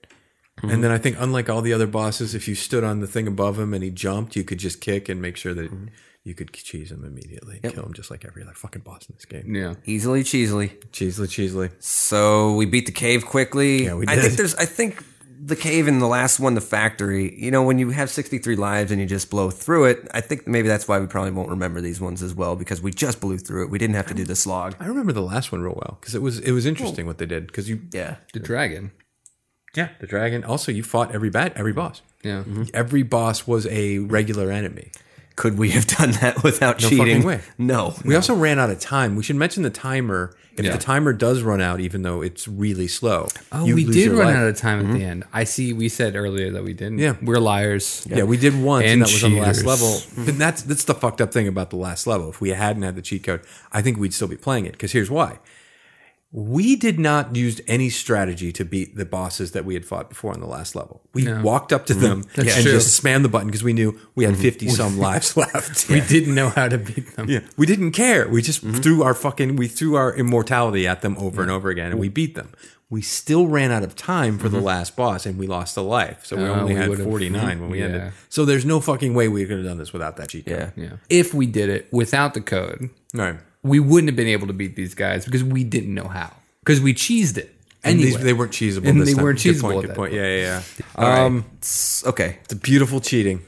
B: Mm-hmm.
A: And then I think, unlike all the other bosses, if you stood on the thing above him and he jumped, you could just kick and make sure that
B: Mm-hmm.
A: you could cheese him immediately, and kill him just like every other fucking boss in this game.
B: Yeah,
C: Easily, cheesily.
A: Cheesily, cheesily.
C: So we beat the cave quickly.
A: Yeah, we
C: I think
A: did.
C: there's I think the cave and the last one, the factory, you know, when you have 63 lives and you just blow through it, I think maybe that's why we probably won't remember these ones as well because we just blew through it. We didn't have to do the slog.
A: I remember the last one real well because it was it was interesting what they did because you
C: Yeah.
B: the dragon.
A: yeah the dragon also you fought every bat
B: Mm-hmm.
A: every boss
B: Yeah,
A: every boss was a regular enemy
C: Could we have done that without
A: No fucking
C: cheating?
A: way.
C: No.
A: We also ran out of time. We should mention the timer. If
B: Yeah.
A: the timer does run out, even though it's really slow,
B: oh,
A: you
B: we
A: lose
B: did
A: your
B: run
A: life. Mm-hmm.
B: out of time at the end. I see. We said earlier that we didn't.
A: Yeah.
B: we're liars.
A: Yeah, we did once, and,
B: And
A: that was on the last
B: cheaters. Mm-hmm.
A: level. And that's that's the fucked up thing about the last level. If we hadn't had the cheat code, I think we'd still be playing it. Because here's why: we did not use any strategy to beat the bosses that we had fought before on the last level. We walked up to them
B: Mm-hmm. That's
A: and
B: true. Mm-hmm.
A: just spammed the button because we knew we had fifty some lives left.
B: We didn't know how to beat them.
A: Yeah, we didn't care. We just
B: Mm-hmm.
A: threw our fucking we threw our immortality at them over and over again, and we beat them. We still ran out of time for the last boss, and we lost a life. So we only
B: Uh, Mm-hmm. we
A: had
B: would've-
A: forty nine when we
B: Yeah.
A: ended. So there's no fucking way we could have done this without that cheat
C: Yeah.
A: code.
B: Yeah. If we did it without the code,
A: Right.
B: we wouldn't have been able to beat these guys because we didn't know how. Because we cheesed it.
A: And
B: Anyway.
A: these, they weren't cheesable.
B: And
A: this
B: they
A: time.
B: weren't
A: Good
B: cheesable
A: point,
B: at
A: Good
B: that
A: point. Yeah, yeah, yeah.
C: All right.
A: um,
C: It's- okay.
A: it's beautiful cheating.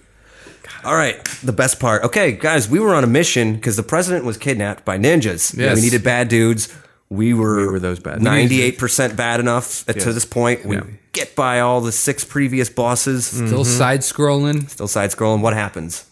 C: All right, the best part. Okay, guys, we were on a mission because the president was kidnapped by ninjas.
B: Yes.
C: We needed bad dudes. We were,
A: were those bad dudes.
C: Ninety-eight percent bad enough at- to this point. We
A: Yeah. Mm.
C: get by all the six previous bosses.
B: Still
A: Mm-hmm.
B: side scrolling.
C: Still side scrolling. What happens?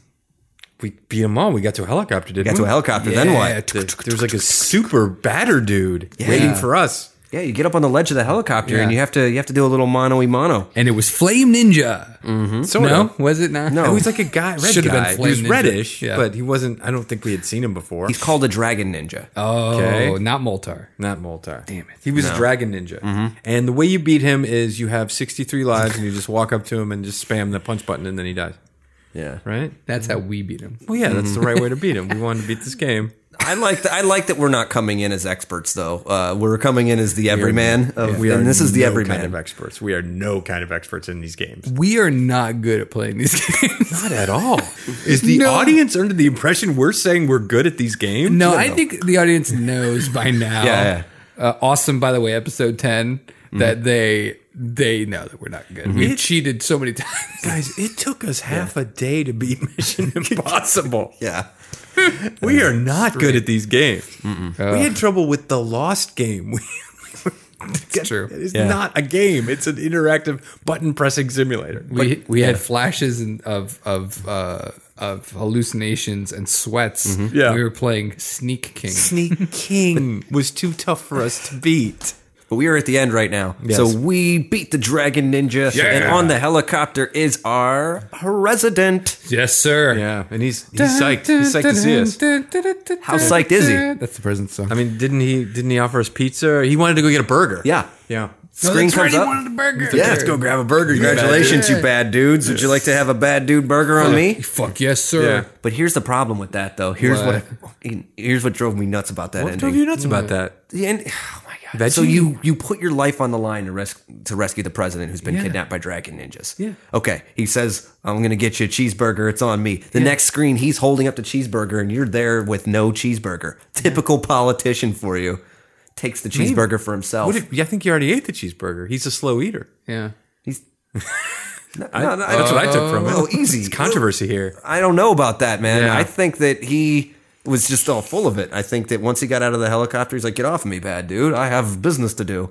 A: We beat them all. We got to a helicopter. Didn't
C: Got
A: we?
C: to a helicopter. Then what?
A: There there was like a super batter dude waiting for us.
C: Yeah, you get up on the ledge of the helicopter and
B: Yeah.
C: you have to you have to do a little mono y mono.
B: And it was Flame Ninja.
A: So
B: Hmm? No? Was it not?
C: No.
A: Oh, It was like a guy, red
B: Oh. Should've been
A: guy. he
B: Flame
A: was
B: Ninja.
A: reddish,
B: Yeah.
A: but he wasn't. I don't think we had seen him before.
C: He's called a dragon ninja.
B: Oh,
A: Okay.
B: not Moltar.
A: not Moltar.
B: Damn it. Mm-hmm.
A: He was a dragon ninja. And the way you beat him is you have 63 lives and you just walk up to him and just spam the punch button and then he dies.
C: yeah,
A: Right?
B: That's how we beat him.
A: Well, yeah, that's the right way to beat him. We wanted to beat this game.
C: I like that. I like that we're not coming in as experts though. Uh, we're coming in as the everyman of, and this is the
A: no
C: everyman.
A: kind of experts. We are no kind of experts in these games.
B: We are not good at playing these games.
A: Not at all. Is the
B: No.
A: audience under the impression we're saying we're good at these games?
B: No, I think the audience knows by now.
C: Yeah,
B: Uh, awesome, by the way, episode 10, that
A: Mm-hmm.
B: they they know that we're not good. We've cheated so many times.
A: Guys, it took us half a day to beat Mission Impossible.
C: yeah.
A: We are not good at these games. We had trouble with the Lost game. We, it's
B: true.
A: It's
C: Yeah.
A: not a game. It's an interactive button pressing simulator.
B: we we had flashes and- of of uh, of hallucinations and sweats.
A: Yeah.
B: we were playing Sneak King.
A: Sneak King was too tough for us to beat.
C: But we are at the end right now. So we beat the dragon ninja, and on the helicopter is our president.
B: Yes, sir.
A: Yeah, and he's he's psyched. He's psyched to see us.
C: How psyched is he?
B: That's the present song.
A: I mean, didn't he? Didn't he offer us pizza? He wanted to go get a burger.
C: Yeah.
A: yeah.
C: Screen
B: that's right,
C: comes
B: he
C: up.
B: wanted a burger.
C: Yeah,
A: Let's go grab a burger. you bad
C: Congratulations,
B: Yeah.
C: you bad dudes. Would you like to have a bad dude burger on me?
B: Fuck yes, sir.
C: But here's the problem with that, though. Here's what,
B: What?
C: here's what drove me nuts about that
A: dude. What
C: ending.
A: drove you nuts about that?
C: The end. Oh my god.
A: Veggie?
C: So you you put your life on the line to res- to rescue the president who's been kidnapped by dragon ninjas. Yeah. Okay. He says, "I'm going to get you a cheeseburger. It's on me." The next screen, he's holding up the cheeseburger, and you're there with no cheeseburger. Typical politician for you. Takes the cheeseburger for himself.
A: What if, yeah, I think you already ate the cheeseburger. He's a slow eater.
B: Yeah.
C: No, no, I
A: That's
C: don't-
A: what I took from it.
C: Oh, easy.
A: It's controversy here.
C: I don't know about that, man.
A: Yeah.
C: I think that he was just all full of it. I think that once he got out of the helicopter, he's like, "Get off of me, bad dude! I have business to do."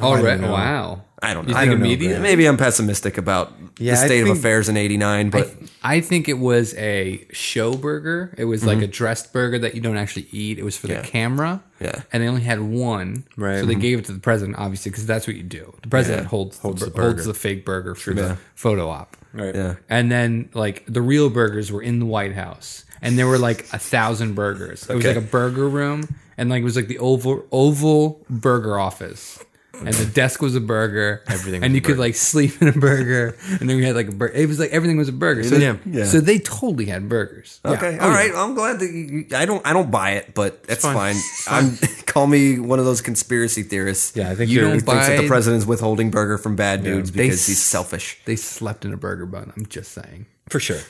B: All right. Wow.
C: I don't know.
B: You
C: I
B: think
C: don't know,
B: immediate?
C: Brad. Maybe I'm pessimistic about
A: Yeah,
C: the
A: I
C: state of
A: think-
C: affairs in '89, but
B: I think it was a show burger. It was like a dressed burger that you don't actually eat. It was for
C: Yeah.
B: the camera.
C: Yeah.
B: And they only had one.
A: Right.
B: So they gave it to the president, obviously, because that's what you do. The president holds, holds, the,
A: burger.
B: holds the fake burger for the photo op.
A: Right.
C: yeah,
B: And then, like, the real burgers were in the White House. And there were like a thousand burgers. It was
C: Okay.
B: like a burger room. And like, it was like the oval, oval burger office. And the desk was a burger.
A: Everything was
B: And
A: a
B: you could
A: burger.
B: like sleep in a burger. And then we had like a burger. It was like everything was a burger. So,
A: Yeah.
C: Yeah.
B: so they totally had burgers.
C: Okay. all right. I'm glad that you, I don't. I don't buy it, but that's fine.
A: Oh, fine.
C: I'm call me one of those conspiracy theorists.
A: Yeah, I think
C: you
A: you're-
C: don't
A: You
C: thinks that the
B: buy-
C: president's withholding burger from bad dudes
B: They
C: because
B: s-
C: he's selfish.
B: They slept in a burger bun. I'm just saying.
A: For sure.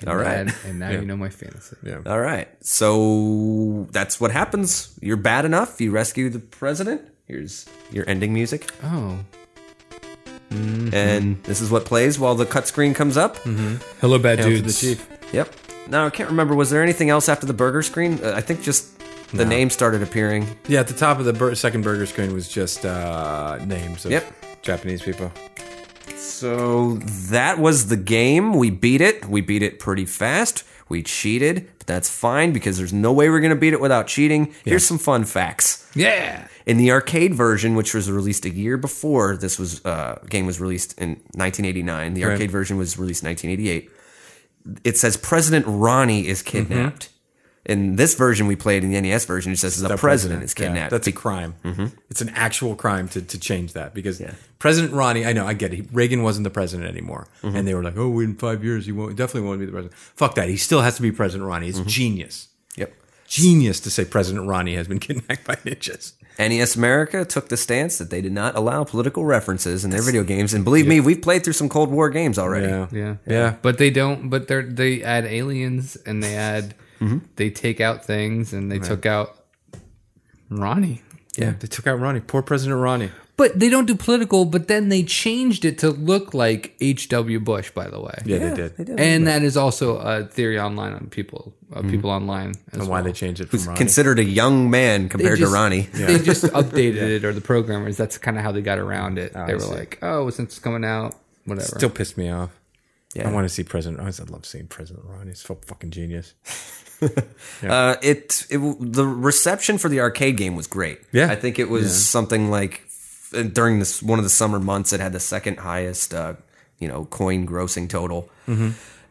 B: And
C: All right.
B: that- and now you know my fantasy.
A: Yeah.
C: All right. So that's what happens. You're bad enough. You rescue the president. Here's your ending music,
B: Oh.
A: Mm-hmm.
C: and this is what plays while the cut screen comes up.
B: Hello, bad
A: to the chief.
C: Yep. Now I can't remember. Was there anything else after the burger screen? Uh, I think just the name started appearing.
A: Yeah, at the top of the bur- second burger screen was just uh, names of
C: Yep.
A: Japanese people.
C: So that was the game. We beat it. We beat it pretty fast. We cheated, but that's fine because there's no way we're going to beat it without cheating. Here's some fun facts.
B: Yeah.
C: In the arcade version, which was released a year before this was uh, game was released in 1989, the arcade version was released in 1988. It says President Ronnie is kidnapped. In this version we played, in the NES version, it says the, president, is
A: Yeah,
C: kidnapped.
A: that's a crime. It's an actual crime to, to change that because President Ronnie, I know, I get it. Reagan wasn't the president anymore. And they were like, oh, in five years, he won't, definitely won't be the president. Fuck that. He still has to be President Ronnie. It's genius.
C: yep.
A: Genius to say President Ronnie has been kidnapped by ninjas.
C: NES E America took the stance that they did not allow political references in their video games, and believe me, we've played through some Cold War games already.
B: Yeah.
A: Yeah.
B: But they don't but they are they add aliens and they add they take out things and they took out Ronnie.
A: Yeah. They took out Ronnie. Poor President Ronnie.
B: But they don't do political, but then they changed it to look like H.W. Bush, by the way.
A: Yeah, they did.
B: And that is also a theory online on people, uh, people online. As
A: And
B: well.
A: why they changed it from Ronnie.
C: Considered a young man
B: They
C: compared
B: just-
C: to Ronnie.
B: They just updated it, or the programmers. That's kind of how they got around it. they were like, "Oh, since it's coming out, whatever."
A: Still pissed me off.
C: Yeah.
A: I want to see President. I just- I love seeing President Ron. He's fu- fucking genius.
C: Uh, it, it w- the reception for the arcade game was great.
A: Yeah.
C: I think it was something like f- during this one of the summer months, it had the second highest, uh, you know, coin grossing total.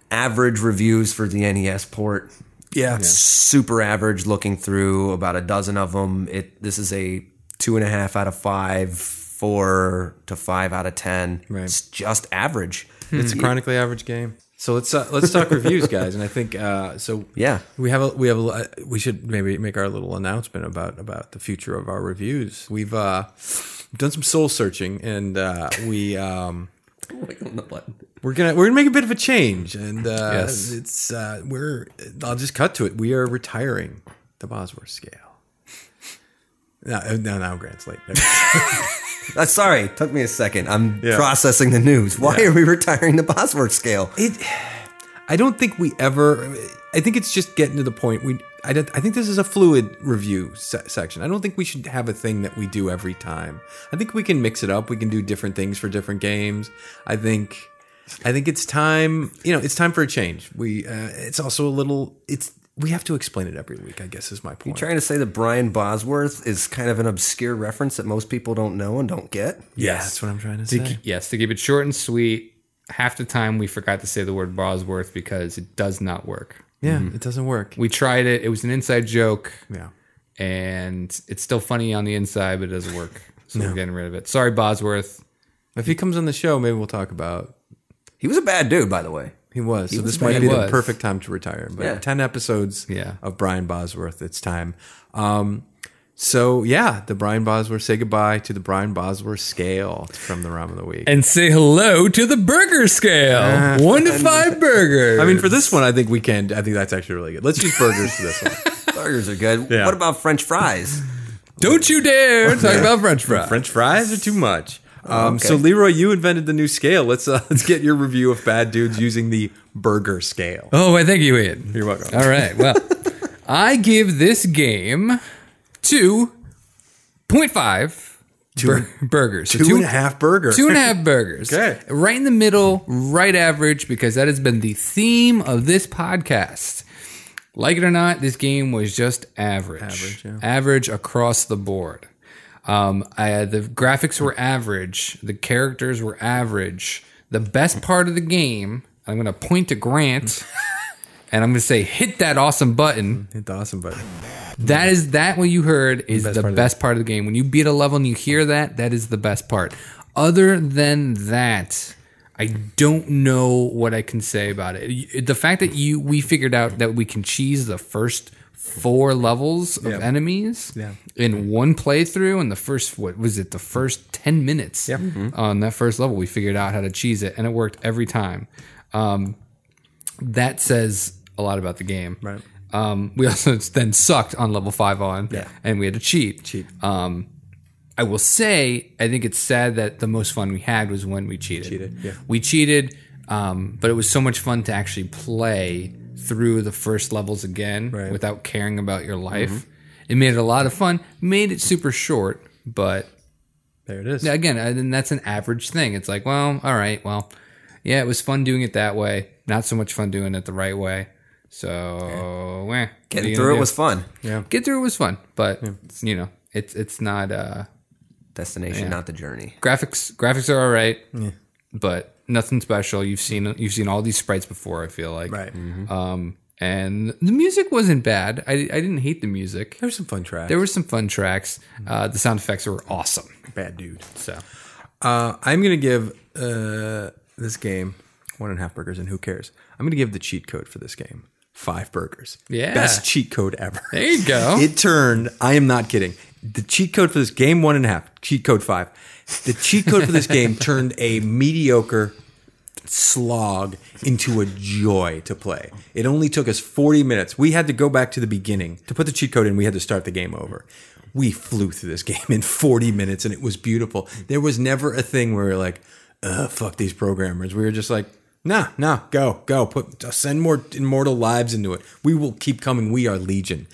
C: Average reviews for the NES port.
A: Yeah.
C: super average looking through about a dozen of them it this is a two and a half out of five four to five out of ten
A: Right.
C: it's just average
A: It's a chronically average game. Mm-hmm. So let's uh, let's talk reviews, guys. And I think uh, so.
C: Yeah.
A: we have a we have a, uh, we should maybe make our little announcement about about the future of our reviews. We've uh, done some soul searching, and uh, we um, we're gonna we're gonna make a bit of a change. And uh,
B: Yes.
A: it's uh, we're I'll just cut to it. We are retiring the Bosworth scale. No, uh, no, no, Grant's late. Never mind.
C: uh, sorry took me a second i'm
A: Yeah.
C: processing the news why are we retiring the bosworth scale
A: it i don't think we ever i think it's just getting to the point we i, don't, I think this is a fluid review se- section i don't think we should have a thing that we do every time i think we can mix it up we can do different things for different games i think i think it's time you know it's time for a change we uh, it's also a little it's we have to explain it every week i guess is my point
C: trying to say that brian bosworth is kind of an obscure reference that most people don't know and don't get
A: yeah that's what i'm trying to
B: To
A: say
B: ke- yes, to keep it short and sweet. Half the time we forgot to say the word Bosworth because it does not work.
A: yeah it doesn't work
B: We tried it; it was an inside joke,
A: yeah
B: and it's still funny on the inside, but it doesn't work. So we're getting rid of it. Sorry, Bosworth.
A: if he comes on the show maybe we'll talk about
C: he was a bad dude by the way
A: He was. so this
B: a
A: might
B: bad
A: be the
B: was.
A: perfect time to retire. But
C: Yeah.
A: 10 episodes
B: Yeah.
A: of Brian Bosworth, it's time. Um, so, yeah, the Brian Bosworth, say goodbye to the Brian Bosworth scale from the Rom of the Week.
B: And say hello to the burger scale. One to five burgers.
A: Ah. I mean, for this one, I think we can. I think that's actually really good. Let's use burgers for this one.
C: burgers are good
A: Yeah.
C: what about french fries
B: don't you dare talk about French fries.
A: French fries are too much. Um,
C: okay.
A: So, Leroy, you invented the new scale. Let's uh, let's get your review of Bad Dudes using the burger scale.
B: Oh, I thank you, Ian.
A: You're welcome.
B: All right. Well, I give this game two point five bur- burgers. So
A: Two and a half burger.
B: Two and a half burgers.
A: Okay.
B: Right in the middle, right average, because that has been the theme of this podcast. Like it or not, this game was just average. Average, average across the board. Um, I, the graphics were average. The characters were average. The best part of the game, I'm going to point to Grant and I'm going to say, hit that awesome button.
A: Hit the awesome button.
B: That is that what you heard is the
A: part of the-
B: best part of the game. When you beat a level and you hear that, that is the best part. Other than that, I don't know what I can say about it. You- The fact that you we figured out that we can cheese the first four levels of enemies in one playthrough in the first what was it the first 10 minutes on that first level we figured out how to cheese it and it worked every time um, that says a lot about the game
A: Right.
B: um, we also then sucked on level five on,
A: Yeah.
B: and we had to cheat.
A: Cheat.
B: Um, I will say, I think it's sad that the most fun we had was when we cheated.
A: Cheated, yeah.
B: We cheated, um, but it was so much fun to actually play through the first levels again
A: Right. Mm-hmm.
B: without caring about your life. It made it a lot of fun. Made it super short, but
A: There it is.
B: yeah, again, I- and that's an average thing. It's like, well, all right, well, yeah, it was fun doing it that way. Not so much fun doing it the right way. So, eh, what are
C: Getting
B: you
C: through
B: gonna
C: it
B: do?
C: was fun.
B: get through it was fun, but you know, it's it's not uh,
C: Destination, not the journey.
B: graphics. Graphics are all right, but nothing special. You've seen you've seen all these sprites before. I feel like
A: Right.
B: Um, and the music wasn't bad. I I didn't hate the music.
A: There's some fun tracks.
B: There were some fun tracks. Uh, the sound effects were awesome.
A: bad dude.
B: So
A: Uh, I'm gonna give uh, this game one and a half burgers, and who cares? I'm gonna give the cheat code for this game five burgers.
B: Yeah.
A: best cheat code ever.
B: there you go.
A: It turned. I am not kidding. The cheat code for this game one and a half. Cheat code five. The cheat code for this game turned a mediocre slog into a joy to play. It only took us 40 minutes. We had to go back to the beginning to put the cheat code in. We had to start the game over. We flew through this game in 40 minutes and it was beautiful. There was never a thing where we are like, uh, fuck these programmers. We were just like, nah, nah, go, go, put, send more immortal lives into it. We will keep coming. We are Legion.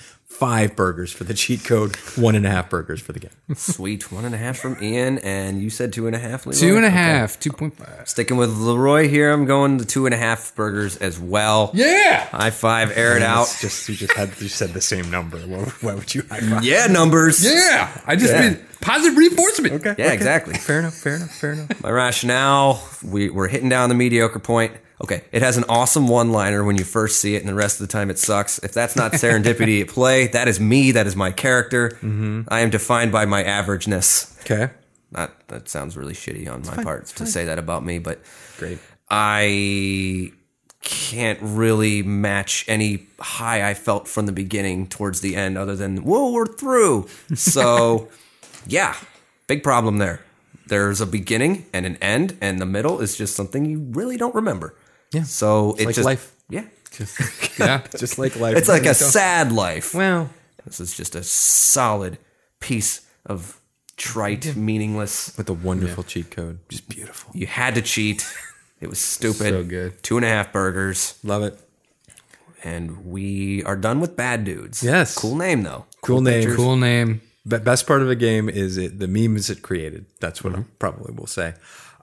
A: Five burgers for the cheat code, one and a half burgers for the game.
C: Sweet. One and a half from Ian, and you said two and a half, Leroy?
B: Two and a
C: Okay.
B: half, two point five.
C: Sticking with Leroy here, I'm going to two and a half burgers as well.
B: Yeah.
C: High five, air it out.
A: It's just you just had you said the same number. Why, why would you high five?
C: Yeah, numbers.
B: Yeah. I just
C: Yeah.
B: did positive reinforcement. Okay.
C: Yeah, exactly.
A: Fair enough. Fair enough. Fair enough.
C: My rationale, we, we're hitting down the mediocre point. Okay, it has an awesome one liner when you first see it, and the rest of the time it sucks. If that's not serendipity at play, that is me, that is my character.
B: Mm-hmm.
C: I am defined by my averageness.
A: Okay.
C: Not, that sounds really shitty on my part to say that about me, but
A: Great.
C: I can't really match any high I felt from the beginning towards the end, other than whoa, we're through. So, yeah, big problem there. There's a beginning and an end, and the middle is just something you really don't remember. Yeah. So it's
A: like
C: just,
A: life.
C: Yeah.
B: Yeah.
A: Just like life.
C: It's like a sad life.
A: well.
C: This is just a solid piece of trite, meaningless.
A: With a wonderful cheat code. Just beautiful.
C: You had to cheat. It was stupid.
B: So good.
C: Two and a half burgers.
A: Love it.
C: and we are done with bad dudes.
A: Yes.
C: Cool name though.
A: Cool name.
B: Cool name.
A: Be- best part of a game is it, the memes it created. That's what I probably will say.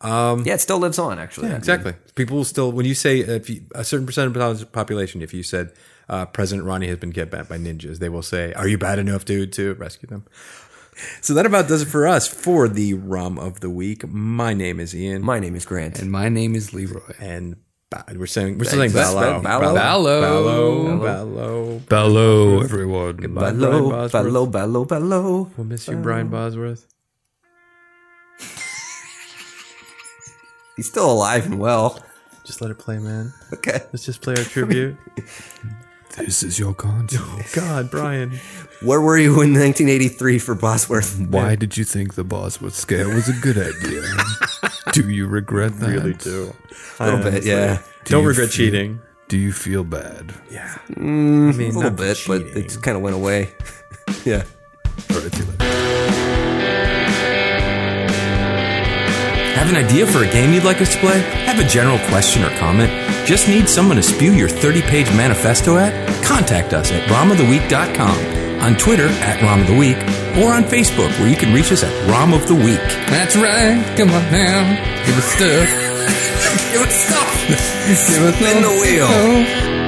C: Yeah, it still lives on actually. Yeah,
A: Exactly. People will still, when you say uh, if you, a certain percent of the population, if you said uh, President Ronnie has been kidnapped by ninjas, they will say, Are you bad enough, dude, to rescue them? So that about does it for us for the ROM of the week. My name is Ian.
C: My name is Grant.
B: And my name is Leroy.
A: and ba- we're saying, we're still saying Ballo.
C: Ballo.
A: Ballo.
B: Ballo.
A: Ballo.
B: Ballo, everyone. Goodbye.
A: Brian
C: Ballo,
A: Bosworth.
C: ballo, ballo, ballo.
A: We'll miss you, Brian Bosworth.
C: He's still alive and well.
A: Just let it play, man.
C: Okay.
A: Let's just play our tribute.
B: This is your console.
A: God, Brian.
C: Where were you in 1983 for Bosworth?
F: Why did you think the Bosworth scale was a good idea? do you regret that?
A: Really do.
C: A little bit, yeah.
A: Don't
F: you
A: regret
F: feel-
A: cheating.
F: Do you feel bad?
A: I mean,
C: Mm, A little bit, but it just kind of went away. yeah.
F: All right, see you later.
A: Have an idea for a game you'd like us to play? Have a general question or comment? Just need someone to spew your 30 page manifesto at? Contact us at romoftheweek.com, on Twitter at Rom of the Week, or on Facebook where you can reach us at Rom of the Week.
B: That's right. Come on now. Give us stuff.
C: Give us stuff.
B: Give us
C: Spin the
B: some
C: wheel.
B: stuff.